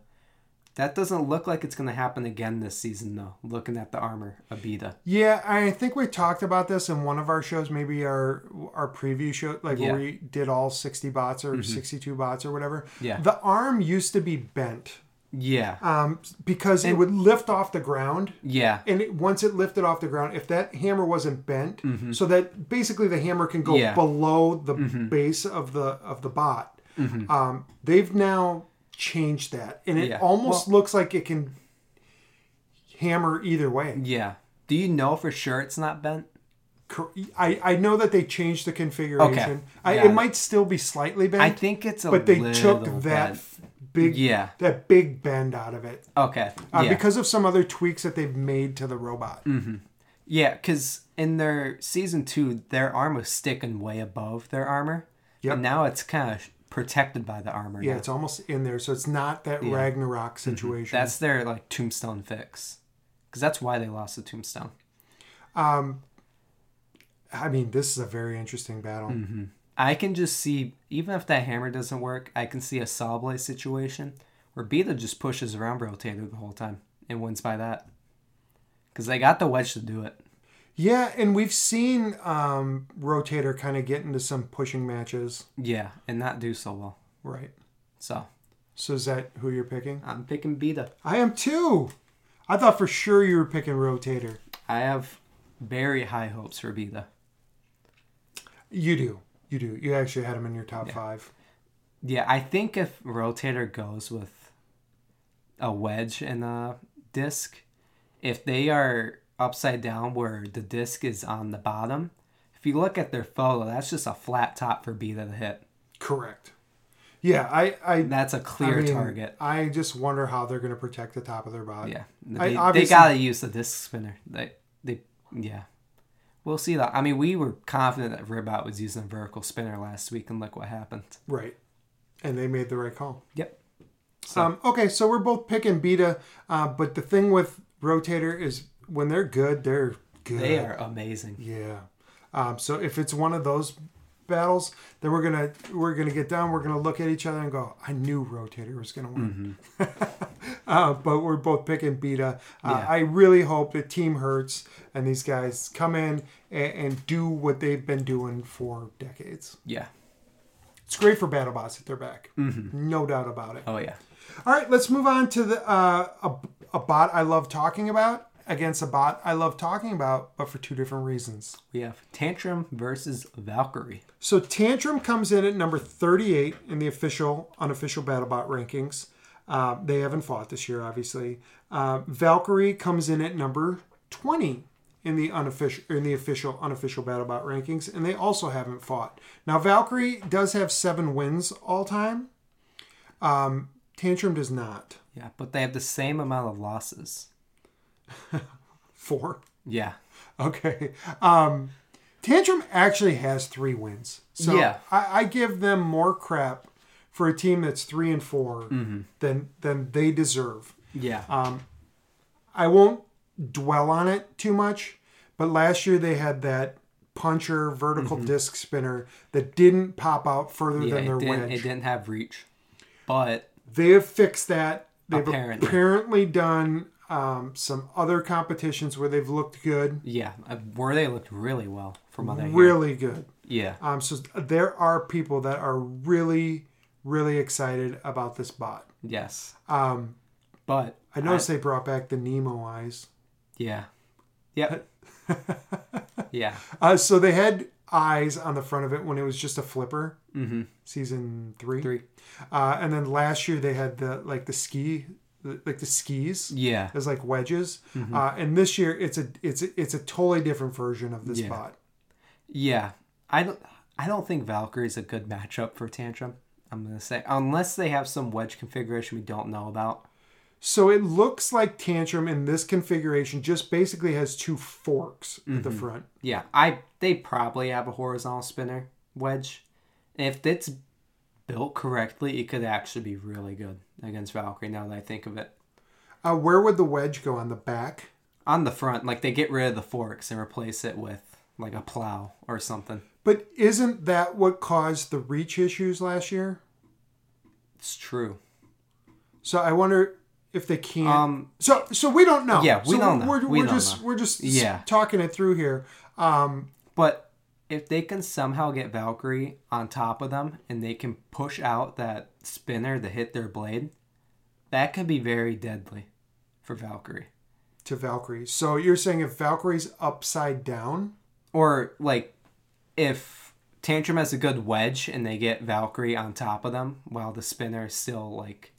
That doesn't look like it's going to happen again this season, though, looking at the armor of Beta.
Yeah, I think we talked about this in one of our shows, maybe our our preview show, like
Yeah. Mm-hmm.
where we did all sixty bots or two bots or whatever.
Yeah.
the arm used to be bent
Yeah.
um, because it would lift off the ground.
Yeah.
and it, once it lifted off the ground, if that hammer wasn't bent, so that basically the hammer can go
Mm-hmm. Yeah. Mm-hmm.
below the base of the of the bot, um, they've now changed that, and it
Yeah.
almost looks like it can hammer either way.
Yeah. Do you know for sure it's not bent?
Cor- I I know that they changed the configuration. I,
Got
it
it.
might still be slightly bent,
I think it's a
but they
little
took that
bent.
f- big
Yeah.
that big bend out of it
Okay.
uh,
yeah.
because of some other tweaks that they've made to the robot.
Yeah, because in their season two, their arm was sticking way above their armor.
Yep.
And now it's kind of protected by the armor.
Yeah,
now.
it's almost in there, so it's not that Ragnarok situation.
Mm-hmm. That's their like tombstone fix. Because that's why they lost the tombstone.
I mean, this is a very interesting battle.
Mm-hmm. I can just see, even if that hammer doesn't work, I can see a saw blade situation where Beta just pushes around Rotator the whole time and wins by that. Because they got the wedge to do it.
Yeah, and we've seen um, Rotator kind of get into some pushing matches,
Yeah, and not do so well.
right?
So
So is that who you're picking?
I'm picking Beta.
I am too. I thought for sure you were picking Rotator.
I have very high hopes for Beta.
You do. You do. You actually had him in your top five.
Yeah, I think if Rotator goes with a wedge and a disc, if they are upside down where the disc is on the bottom, if you look at their photo, that's just a flat top for Beta to hit.
Correct. Yeah, I. I
That's a
I
clear
mean,
target.
I just wonder how they're going to protect the top of their body.
Yeah,
I
they, they
obviously-
gotta use the disc spinner. They they yeah, we'll see that. I mean, we were confident that Ribot was using a vertical spinner last week, and look what happened.
Right. And they made the right call.
Yep.
Um, okay, so we're both picking Beta, uh, but the thing with Rotator is when they're good, they're good.
They are amazing.
Yeah. Um, so if it's one of those battles, then we're gonna we're gonna get down. We're gonna look at each other and go, "I knew Rotator was gonna win."
Mm-hmm.
uh, but we're both picking Beta. Uh, I really hope that Team Hurts and these guys come in and, and do what they've been doing for decades.
Yeah.
It's great for battle bots at their back, no doubt about it.
Oh yeah.
All right, let's move on to the uh, a, a bot I love talking about against a bot I love talking about, but for two different reasons.
We have Tantrum versus Valkyrie.
So Tantrum comes in at number 38 in the official unofficial BattleBot rankings. Uh, they haven't fought this year, obviously. Uh, Valkyrie comes in at number 20 in the unofficial in the official unofficial BattleBot rankings, and they also haven't fought. Now Valkyrie does have seven wins all time. Um, Tantrum does not.
Yeah, but they have the same amount of losses.
Four.
Yeah.
Okay. Um, Tantrum actually has three wins. So
Yeah.
I, I give them more crap for a team that's three and 4
Mm-hmm.
than than they deserve.
Yeah.
I won't dwell on it too much, but last year they had that puncher vertical disc spinner that didn't pop out further
Mm-hmm. yeah
than their
it, didn't,
wedge.
it didn't have reach. But
They have fixed that. They've apparently,
Apparently.
done um, some other competitions where they've looked good,
yeah, uh, where they looked really well from what I hear.
really good.
Yeah.
Um, so there are people that are really, really excited about this bot.
Yes.
Um,
But
I noticed they brought back the Nemo eyes.
yeah. Yep. yeah.
Uh, so they had eyes on the front of it when it was just a flipper. Mm-hmm. Season three.
Three.
Uh, and then last year they had the like the ski, like the skis
Yeah.
as like wedges. Uh, and this year it's a it's a, it's a totally different version of this bot.
Yeah. I don't I don't think Valkyrie's a good matchup for Tantrum. I'm gonna say unless they have some wedge configuration we don't know about.
So it looks like Tantrum in this configuration just basically has two forks at the front.
Yeah, I they probably have a horizontal spinner wedge. If it's built correctly, it could actually be really good against Valkyrie. Now that I think of it,
Uh, where would the wedge go on the back?
on the front, like they get rid of the forks and replace it with like a plow or something.
But isn't that what caused the reach issues last year?
It's true.
So I wonder if they can.
Um,
so so we don't know.
Yeah, we
So
don't know.
We're,
We
are
don't
just
know.
we're just s-
Yeah.
talking it through here. Um,
But if they can somehow get Valkyrie on top of them and they can push out that spinner to hit their blade, that could be very deadly for Valkyrie.
to Valkyrie. So you're saying if Valkyrie's upside down,
Or like if Tantrum has a good wedge and they get Valkyrie on top of them while the spinner is still like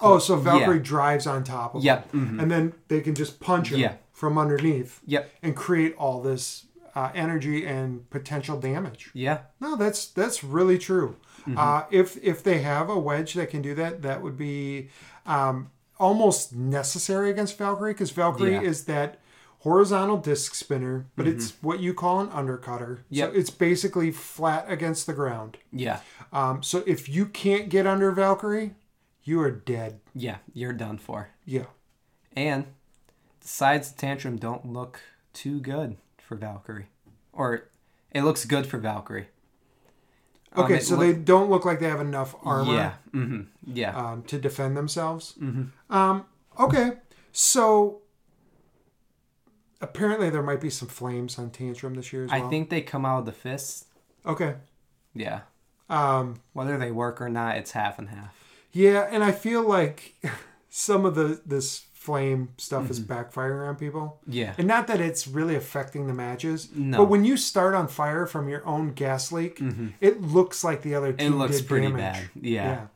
oh, so Valkyrie drives on top of
Yep. Mm-hmm.
him, and then they can just punch him
Yeah.
from underneath,
Yep.
and create all this uh, energy and potential damage.
Yeah.
No, that's that's really true.
Mm-hmm.
Uh, if if they have a wedge that can do that, that would be um, almost necessary against Valkyrie because Valkyrie
Yeah. Mm-hmm.
is that horizontal disc spinner, but it's what you call an undercutter.
Yep.
So it's basically flat against the ground.
Yeah.
Um, so if you can't get under Valkyrie, you are dead.
Yeah. You're done for.
Yeah.
And the sides of Tantrum don't look too good for Valkyrie. Or it looks good for Valkyrie. Um,
Okay,
it
so
look-
they don't look like they have enough armor.
Yeah. hmm Yeah.
um, to defend themselves.
Mm-hmm.
Um, okay, so apparently there might be some flames on Tantrum this year as well.
I think they come out of the fists.
Okay.
Yeah.
Um,
Whether they work or not, it's half and half.
yeah, and I feel like some of the this flame stuff is
Mm-hmm.
backfiring on people.
Yeah.
And not that it's really affecting the matches,
No. Mm-hmm.
but when you start on fire from your own gas leak, it looks like the other team
looks
did
pretty
damage.
bad. Yeah.
Yeah.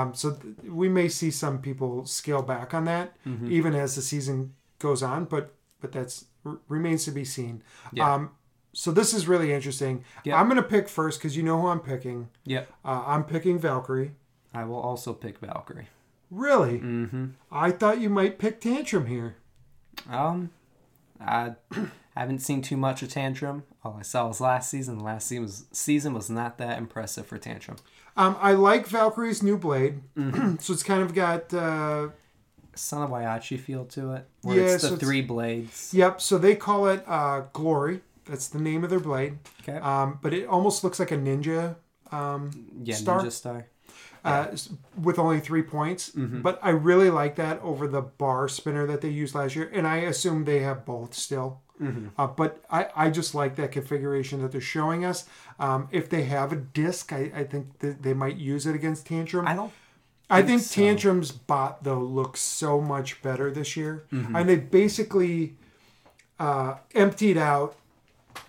Um, so th- we may see some people scale back on that,
Mm-hmm.
even as the season goes on. But but that's r- remains to be seen.
Yeah.
Um, so this is really interesting.
Yep.
I'm gonna pick first because you know who I'm picking.
Yep.
Uh, I'm picking Valkyrie.
I will also pick Valkyrie.
Really? Mm-hmm. I thought you might pick Tantrum here.
Um, I haven't seen too much of Tantrum. All I saw was last season. Last season was, season was not that impressive for Tantrum.
Um, I like Valkyrie's new blade,
Mm-hmm.
so it's kind of got. Uh,
Son of Waiachi feel to it. Where
Yeah,
it's the
so it's-
three blades.
yep. So they call it uh, Glory. That's the name of their blade.
Okay.
Um, but it almost looks like a ninja. Um,
yeah,
Star-
Ninja Star.
uh, s- with only three points. But I really like that over the bar spinner that they used last year, and I assume they have both still. Uh, but I, I just like that configuration that they're showing us. Um, if they have a disc, I, I think that they might use it against Tantrum.
I don't.
I think
so.
Tantrum's bot though looks so much better this year, and they basically uh, emptied out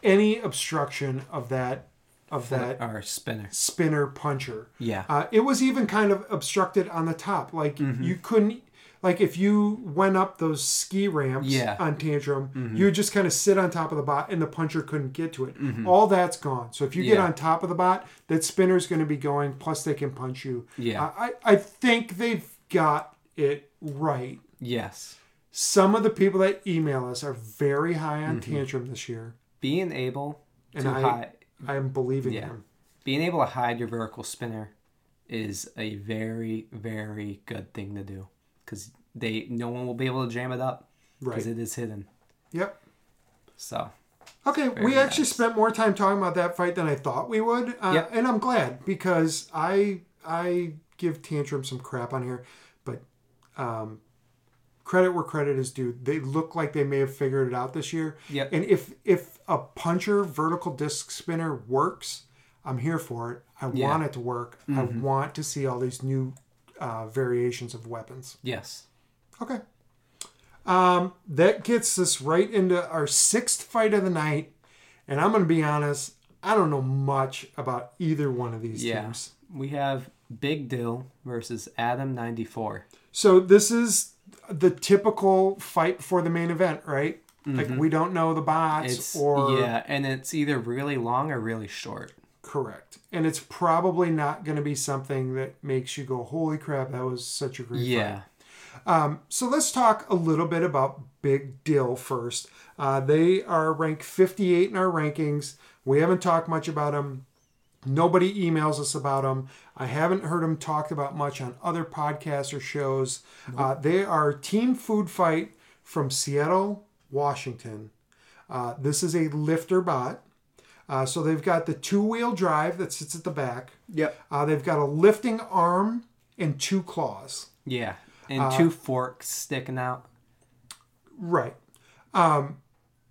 any obstruction of that of that
Or Spinner.
spinner puncher.
Yeah. Mm-hmm.
Uh, it was even kind of obstructed on the top. Like you couldn't, like if you went up those ski ramps
Yeah. Mm-hmm.
on Tantrum, you would just kind of sit on top of the bot and the puncher couldn't get to it. All that's gone. So if you get
Mm-hmm. Yeah.
on top of the bot, that spinner's going to be going, plus they can punch you.
Yeah.
Uh, I, I think they've got it right.
yes.
Some of the people that email us are very high on
Mm-hmm.
Tantrum this year.
Being able
And
to
I-
hide,
I am believing
Yeah.
them.
being able to hide your vertical spinner is a very very good thing to do because they no one will be able to jam it up because
Right.
it is hidden
Yep.
so
Okay, we
Very
actually
nice.
spent more time talking about that fight than I thought we would, uh,
Yep.
and I'm glad because I I give Tantrum some crap on here, but um, credit where credit is due. They look like they may have figured it out this year.
Yep.
And if if a puncher vertical disc spinner works, I'm here for it. I
Yeah.
want it to work. I want to see all these new uh, variations of weapons.
yes
Okay. Um, that gets us right into our sixth fight of the night. And I'm going to be honest, I don't know much about either one of these
yeah
teams.
we have big dill versus adam 94
So this is the typical fight before the main event, right? Like we don't know the bots
Mm-hmm. it's
or
yeah and it's either really long or really short
Correct. And it's probably not going to be something that makes you go, holy crap, that was such a great fight.
Yeah.
So let's talk a little bit about Big Deal first. Uh, they are ranked 58 in our rankings. We haven't talked much about them. Nobody emails us about them. I haven't heard them talked about much on other podcasts or shows. Uh, they are Team Food Fight from Seattle, Washington. Uh, this is a lifter bot. Uh, so they've got the two wheel drive that sits at the back.
Yep.
Uh, they've got a lifting arm and two claws.
Yeah. And
Uh,
two forks sticking out.
Right. Um,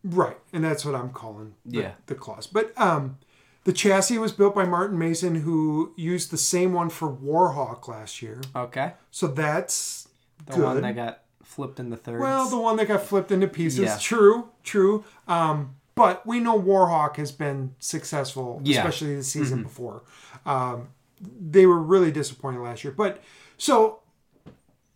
right. And that's what I'm calling the,
Yeah.
the clause. But um, the chassis was built by Martin Mason, who used the same one for Warhawk last year.
Okay.
So that's
The
good.
one that got flipped in the thirds.
well, the one that got flipped into pieces.
Yeah.
True, true. Um, but we know Warhawk has been successful,
Yeah. Mm-hmm.
especially the season before. Um, they were really disappointing last year. But so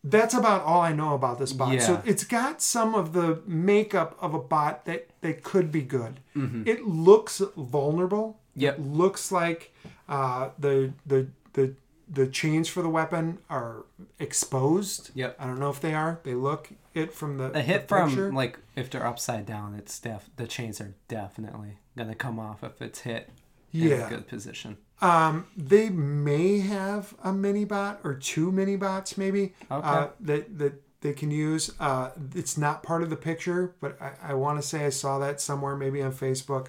that's about all I know about this bot. So
Yeah.
it's got some of the makeup of a bot that that could be good. It looks vulnerable.
Mm-hmm. Yep.
It looks like uh, the the the the chains for the weapon are exposed.
Yep.
I don't know if they are. They look it from the,
a hit
the
from
picture.
like if they're upside down, it's def the chains are definitely gonna come off if it's hit in
Yeah.
a good position.
Um, they may have a mini bot or two mini bots, maybe uh, that that they can use. Uh, it's not part of the picture, but I, I want to say I saw that somewhere, maybe on Facebook.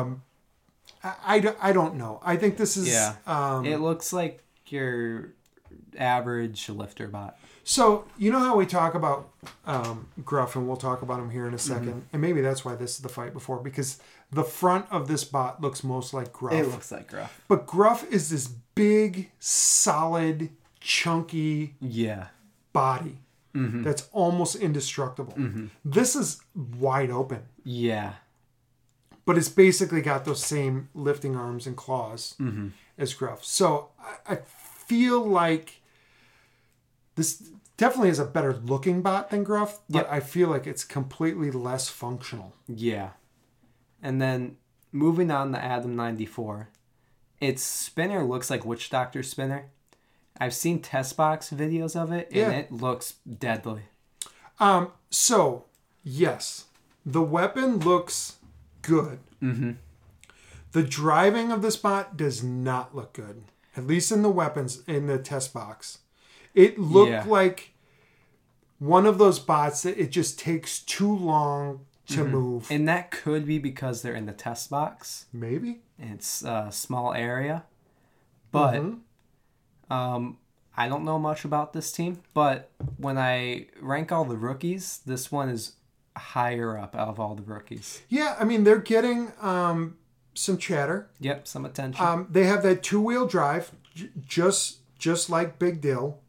Um, I, I, don't- I don't know. I think this is
Yeah.
um,
it looks like your average lifter bot.
So you know how we talk about um, Gruff, and we'll talk about him here in
Mm-hmm.
a 2nd and maybe that's why this is the fight before because the front of this bot looks most like Gruff,
It looks like rough.
but Gruff is this big, solid, chunky
Yeah.
body that's almost indestructible. This is wide open,
Yeah.
but it's basically got those same lifting arms and claws as Gruff. So I, I feel like this definitely is a better looking bot than Gruff, but I feel like it's completely less functional.
Yeah. And then moving on to Adam 94. Its spinner looks like Witch Doctor Spinner. I've seen test box videos of it and
Yeah.
it looks deadly.
Um, so yes, the weapon looks good. Mm-hmm. The driving of this bot does not look good, at least in the weapons in the test box. It looked
Yeah.
like one of those bots that it just takes too long to move.
And that could be because they're in the test box.
Maybe
It's a small area, but um, I don't know much about this team. But when I rank all the rookies, this one is higher up out of all the rookies.
yeah. I mean, they're getting um, some chatter.
Yep, some attention.
Um, they have that two-wheel drive, j- just just like Big Deal,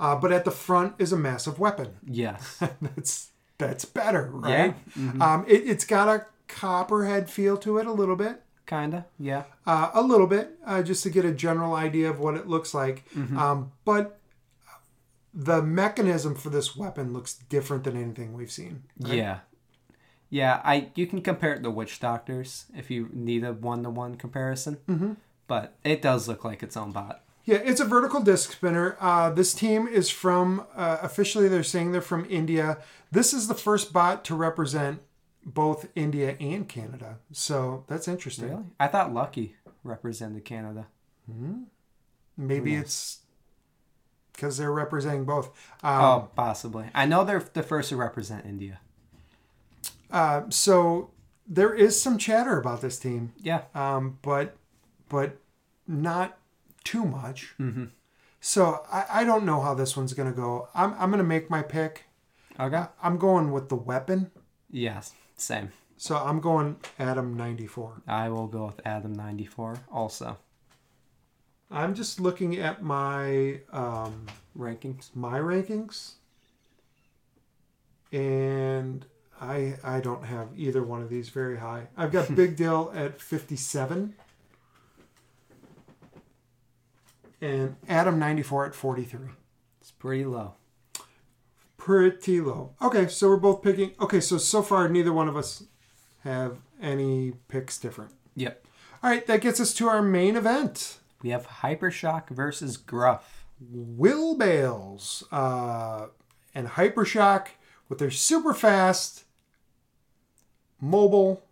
uh, but at the front is a massive weapon.
yes.
that's that's better, right? Um, it, it's got a copperhead feel to it a little bit,
Kinda. Yeah.
uh, a little bit, uh, just to get a general idea of what it looks like. Um, but the mechanism for this weapon looks different than anything we've seen.
Yeah. Yeah, I you can compare it to Witch Doctors if you need a one to one comparison. Mm-hmm. But it does look like its own bot.
Yeah, it's a vertical disc spinner. Uh, this team is from uh, officially they're saying they're from India. This is the first bot to represent both India and Canada, so that's interesting.
Really? I thought Lucky represented Canada.
Maybe it's because they're representing both. Um,
Oh, possibly. I know they're the first to represent India.
Uh, so there is some chatter about this team,
Yeah.
um, but but not too much. So I, I don't know how this one's gonna go. I'm I'm gonna make my pick.
Okay.
I'm going with the weapon.
Yes, same.
So I'm going Adam ninety four.
I will go with Adam ninety four also.
I'm just looking at my um,
Rankings.
my rankings, and I I don't have either one of these very high. I've got Big Dill at fifty seven, and Adam ninety four at forty three.
It's pretty low.
Pretty low. Okay, so we're both picking. Okay, so so far neither one of us have any picks different.
Yep.
All right, that gets us to our main event.
We have Hypershock versus Gruff.
Will Bales uh, and Hypershock with their super fast, mobile,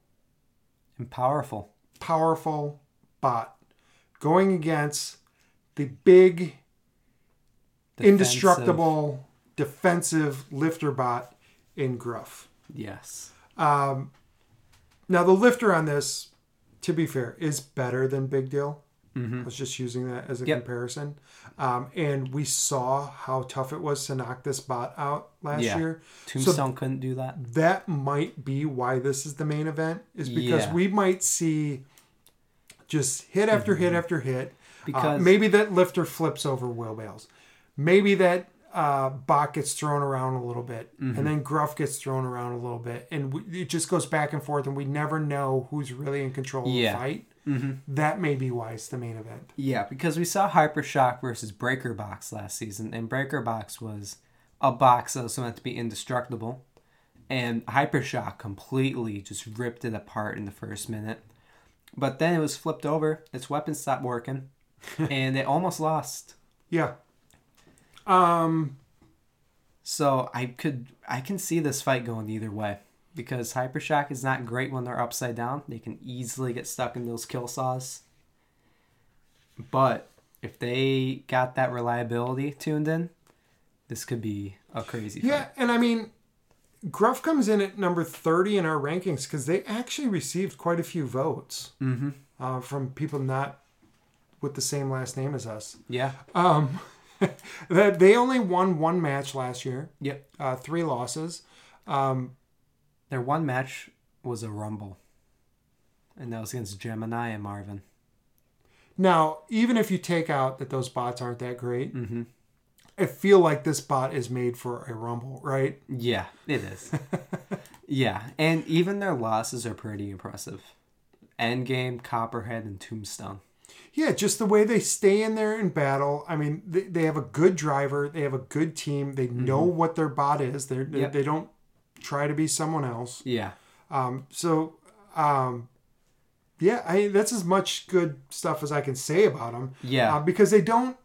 And powerful.
powerful bot going against the big, indestructible, defensive lifter bot in Gruff.
Yes.
Now, the lifter on this, to be fair, is better than Big Deal. I was just using that as a
Mm-hmm. Yep.
comparison. Um, and we saw how tough it was to knock this bot out last
Yeah.
year. So
Tombstone couldn't do that.
that might be why this is the main event, is because
Yeah.
we might see just hit after hit after hit. Uh,
Mm-hmm. Because-
maybe that lifter flips over wheel bales. Maybe that uh, bot gets thrown around a little bit,
Mm-hmm.
and then Gruff gets thrown around a little bit, and we, it just goes back and forth, and we never know who's really in control
Yeah. Mm-hmm.
of the fight. That may be why it's the main event.
Yeah, because we saw Hypershock versus Breaker Box last season, and Breaker Box was a box that was meant to be indestructible, and Hypershock completely just ripped it apart in the first minute. But then it was flipped over, its weapons stopped working, and it almost lost.
Yeah,
So I could I can see this fight going either way. Because Hypershock is not great when they're upside down. They can easily get stuck in those kill saws. But if they got that reliability tuned in, this could be a crazy
yeah,
fight.
and I mean, Gruff comes in at number thirty in our rankings because they actually received quite a few votes.
Mm-hmm.
uh, from people not with the same last name as us.
Yeah.
Um, that they only won one match last year,
Yep.
uh, three losses. Um,
Their one match was a rumble. And that was against Gemini and Marvin.
now, even if you take out that those bots aren't that great,
Mhm.
I feel like this bot is made for a rumble, right?
Yeah, it is. yeah, and even their losses are pretty impressive. Endgame, Copperhead, and Tombstone.
Yeah, just the way they stay in there in battle. I mean, they, they have a good driver, they have a good team, they know what their bot is. They're, they
Mm-hmm. Yep.
they don't try to be someone else.
Yeah.
Um, so, um, yeah, I that's as much good stuff as I can say about them.
Yeah.
uh, because they don't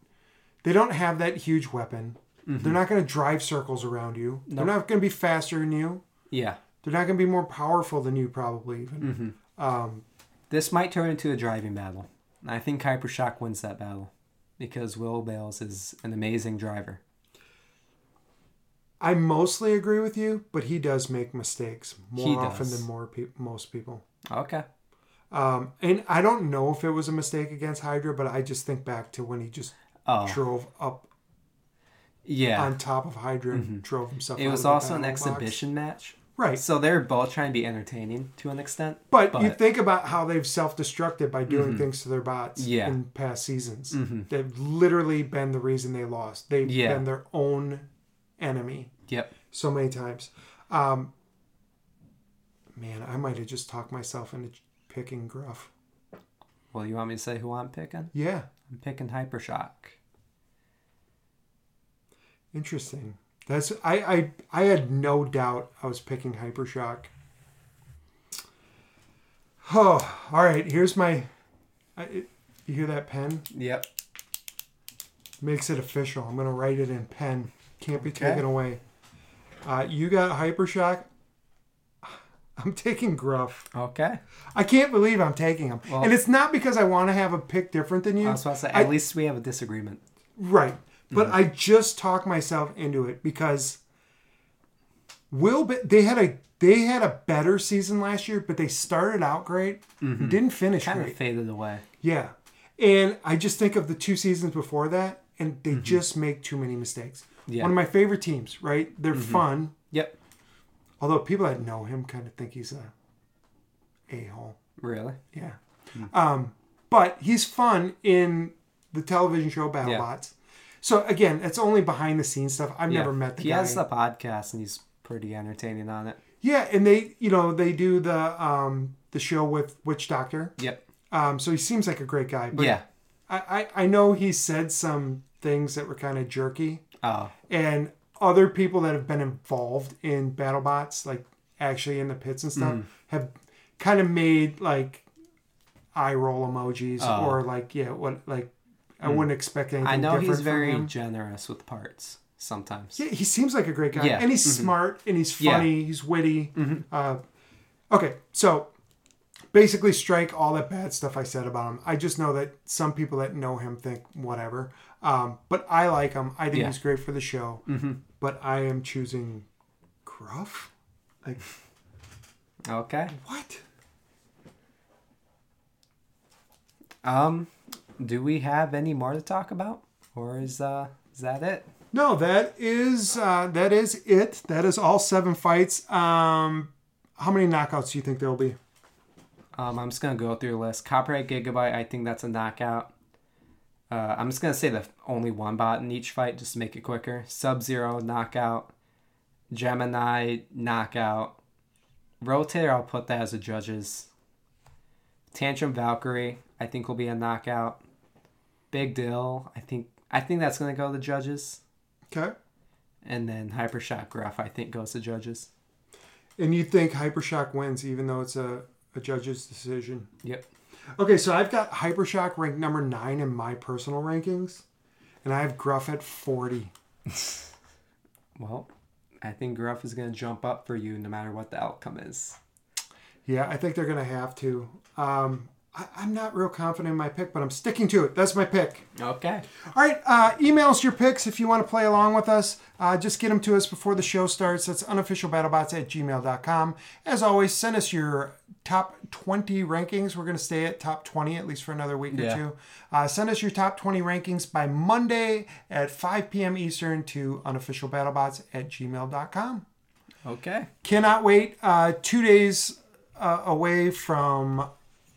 they don't have that huge weapon. They're not going to drive circles around you. They're
Mm-hmm. Nope.
not going to be faster than you.
Yeah.
They're not going to be more powerful than you, probably even.
Mm-hmm.
Um,
This might turn into a driving battle. And I think Hypershock wins that battle because Will Bales is an amazing driver.
I mostly agree with you, but he does make mistakes more
He
often
does.
than more peop most people.
Okay.
Um, and I don't know if it was a mistake against Hydra, but I just think back to when he just
Oh,
drove up
yeah. Mm-hmm.
on top of Hydra and drove himself.
It
out
was
of the
also an
battle box.
exhibition match.
right?
So they're both trying to be entertaining to an extent.
But, you
But- Mm-hmm.
think about how they've self-destructed by doing things to their bots
Yeah. Mm-hmm.
in past seasons. They've literally been the reason they lost. They've
Yeah.
been their own enemy
Yep.
so many times. Um, man, I might have just talked myself into picking Gruff.
Well, you want me to say who I'm picking?
Yeah,
I'm picking Hypershock.
interesting. That's I I I had no doubt I was picking Hypershock. Oh, all right. Here's my. I, it, you hear that pen?
Yep.
makes it official. I'm gonna write it in pen. Can't be
Okay.
taken away. Uh, you got Hypershock. I'm taking Gruff.
Okay.
I can't believe I'm taking him,
Well-
and it's not because I want to have a pick different than you,
I was about to say,
I-
at least we have a disagreement.
right?
Mm-hmm.
But I just talked myself into it because Will. Ba- they had a they had a better season last year, but they started out great, didn't finish
Mm-hmm. Kind
great.
of faded away.
Yeah. And I just think of the two seasons before that, and they just make too many mistakes.
Mm-hmm. Yeah. Mm-hmm.
One of my favorite teams, right? They're fun.
Yep.
Although people that know him kind of think he's a a hole.
Really?
Yeah.
Hmm.
Um, but he's fun in the television show Battlebots.
Yeah.
So again, it's only behind the scenes stuff. I've
Yeah.
never met the
he
guy.
has the podcast and he's pretty entertaining on it.
yeah, and they you know, they do the um the show with Witch Doctor.
Yep.
Um, so he seems like a great guy. But
yeah.
I, I, I know he said some things that were kind of jerky,
Oh.
and other people that have been involved in
Mm.
BattleBots, like actually in the pits and stuff, have kind of made like eye roll emojis or like yeah, what like I wouldn't expect anything.
Oh. Mm. I know
different
he's
from
very
him.
generous with parts sometimes.
Yeah, he seems like a great guy,
Yeah. Mm-hmm.
and he's smart, and he's
Yeah. Mm-hmm.
funny, he's witty. Uh, okay, so basically, strike all that bad stuff I said about him. I just know that some people that know him think whatever, um, but I like him. I think
Yeah. Mm-hmm.
he's great for the show, but I am choosing Gruff. Like
Okay.
what?
Um, do we have any more to talk about, or is uh is that it?
No, that is uh, that is it. That is all seven fights. Um, how many knockouts do you think there will be?
Um, I'm just gonna go through the list. Copyright Gigabyte, I think that's a knockout. Uh, I'm just gonna say the only one bot in each fight, just to make it quicker. Sub Zero knockout, Gemini knockout, Rotator. I'll put that as a judges. Tantrum Valkyrie, I think will be a knockout. Big Deal, I think I think that's gonna go to the judges,
Okay.
and then Hypershock Gruff, I think goes to judges.
And you think Hypershock wins, even though it's a, a judge's decision.
Yep.
Okay, so I've got Hypershock ranked number nine in my personal rankings, and I have Gruff at 40.
Well, I think Gruff is gonna jump up for you no matter what the outcome is.
Yeah, I think they're going to have to. Um, I, I'm not real confident in my pick, but I'm sticking to it. That's my pick.
Okay.
All right, uh, email us your picks if you want to play along with us. Uh, just get them to us before the show starts. That's unofficialbattlebots at gmail.com. As always, send us your top 20 rankings. We're going to stay at top 20 at least for another week or
Yeah.
two. Uh, send us your top 20 rankings by Monday at 5 p.m. Eastern to unofficialbattlebots at gmail.com.
Okay.
Cannot wait. Uh, two days uh, away from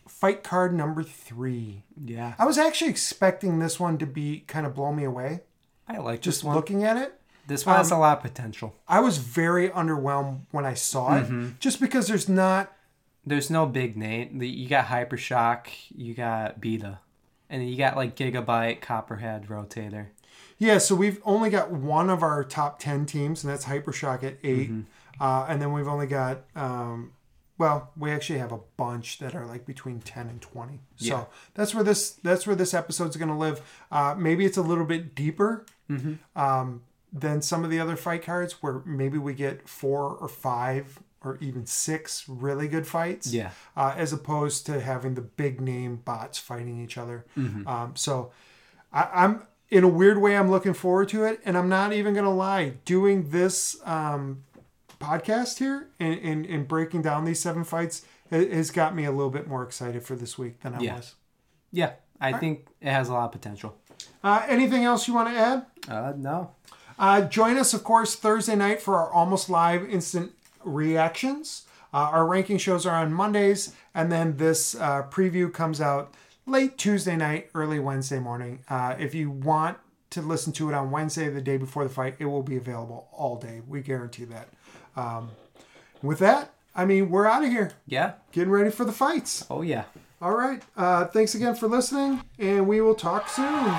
fight card number three.
Yeah.
I was actually expecting this one to be kind of blow me away.
I like
Just
this one.
looking at it,
This one has a lot of potential.
I was very underwhelmed when I saw it, just because there's not.
There's no big name. The- You got Hypershock, you got Beta, and then you got like Gigabyte, Copperhead, Rotator.
Yeah, so we've only got one of our top ten teams, and that's Hypershock at 8 uh, and then we've only got. Um, well, we actually have a bunch that are like between ten and twenty. So that's where this that's where this episode's going to live. Uh, maybe it's a little bit deeper um, than some of the other fight cards, where maybe we get four or five or even six really good fights.
Yeah.
uh, as opposed to having the big name bots fighting each other. Um, so I, I'm in a weird way I'm looking forward to it, and I'm not even gonna lie, doing this um, podcast here and, and and breaking down these seven fights ha- has got me a little bit more excited for this week than I
Yeah.
was.
Yeah, I think it has a lot of potential.
Uh, anything else you want to add?
Uh, no.
Uh, join us, of course, Thursday night for our almost live instant reactions. Uh, our ranking shows are on Mondays, and then this uh, preview comes out late Tuesday night, early Wednesday morning. Uh, if you want to listen to it on Wednesday, the day before the fight, it will be available all day. We guarantee that. Um, with that, I mean, we're out of here,
Yeah.
getting ready for the fights.
Oh yeah.
All right. Uh, thanks again for listening, and we will talk soon.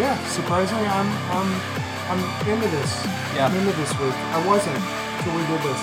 Yeah, surprisingly, I'm I'm I'm into this.
Yeah.
I'm into this week. I wasn't until we did this.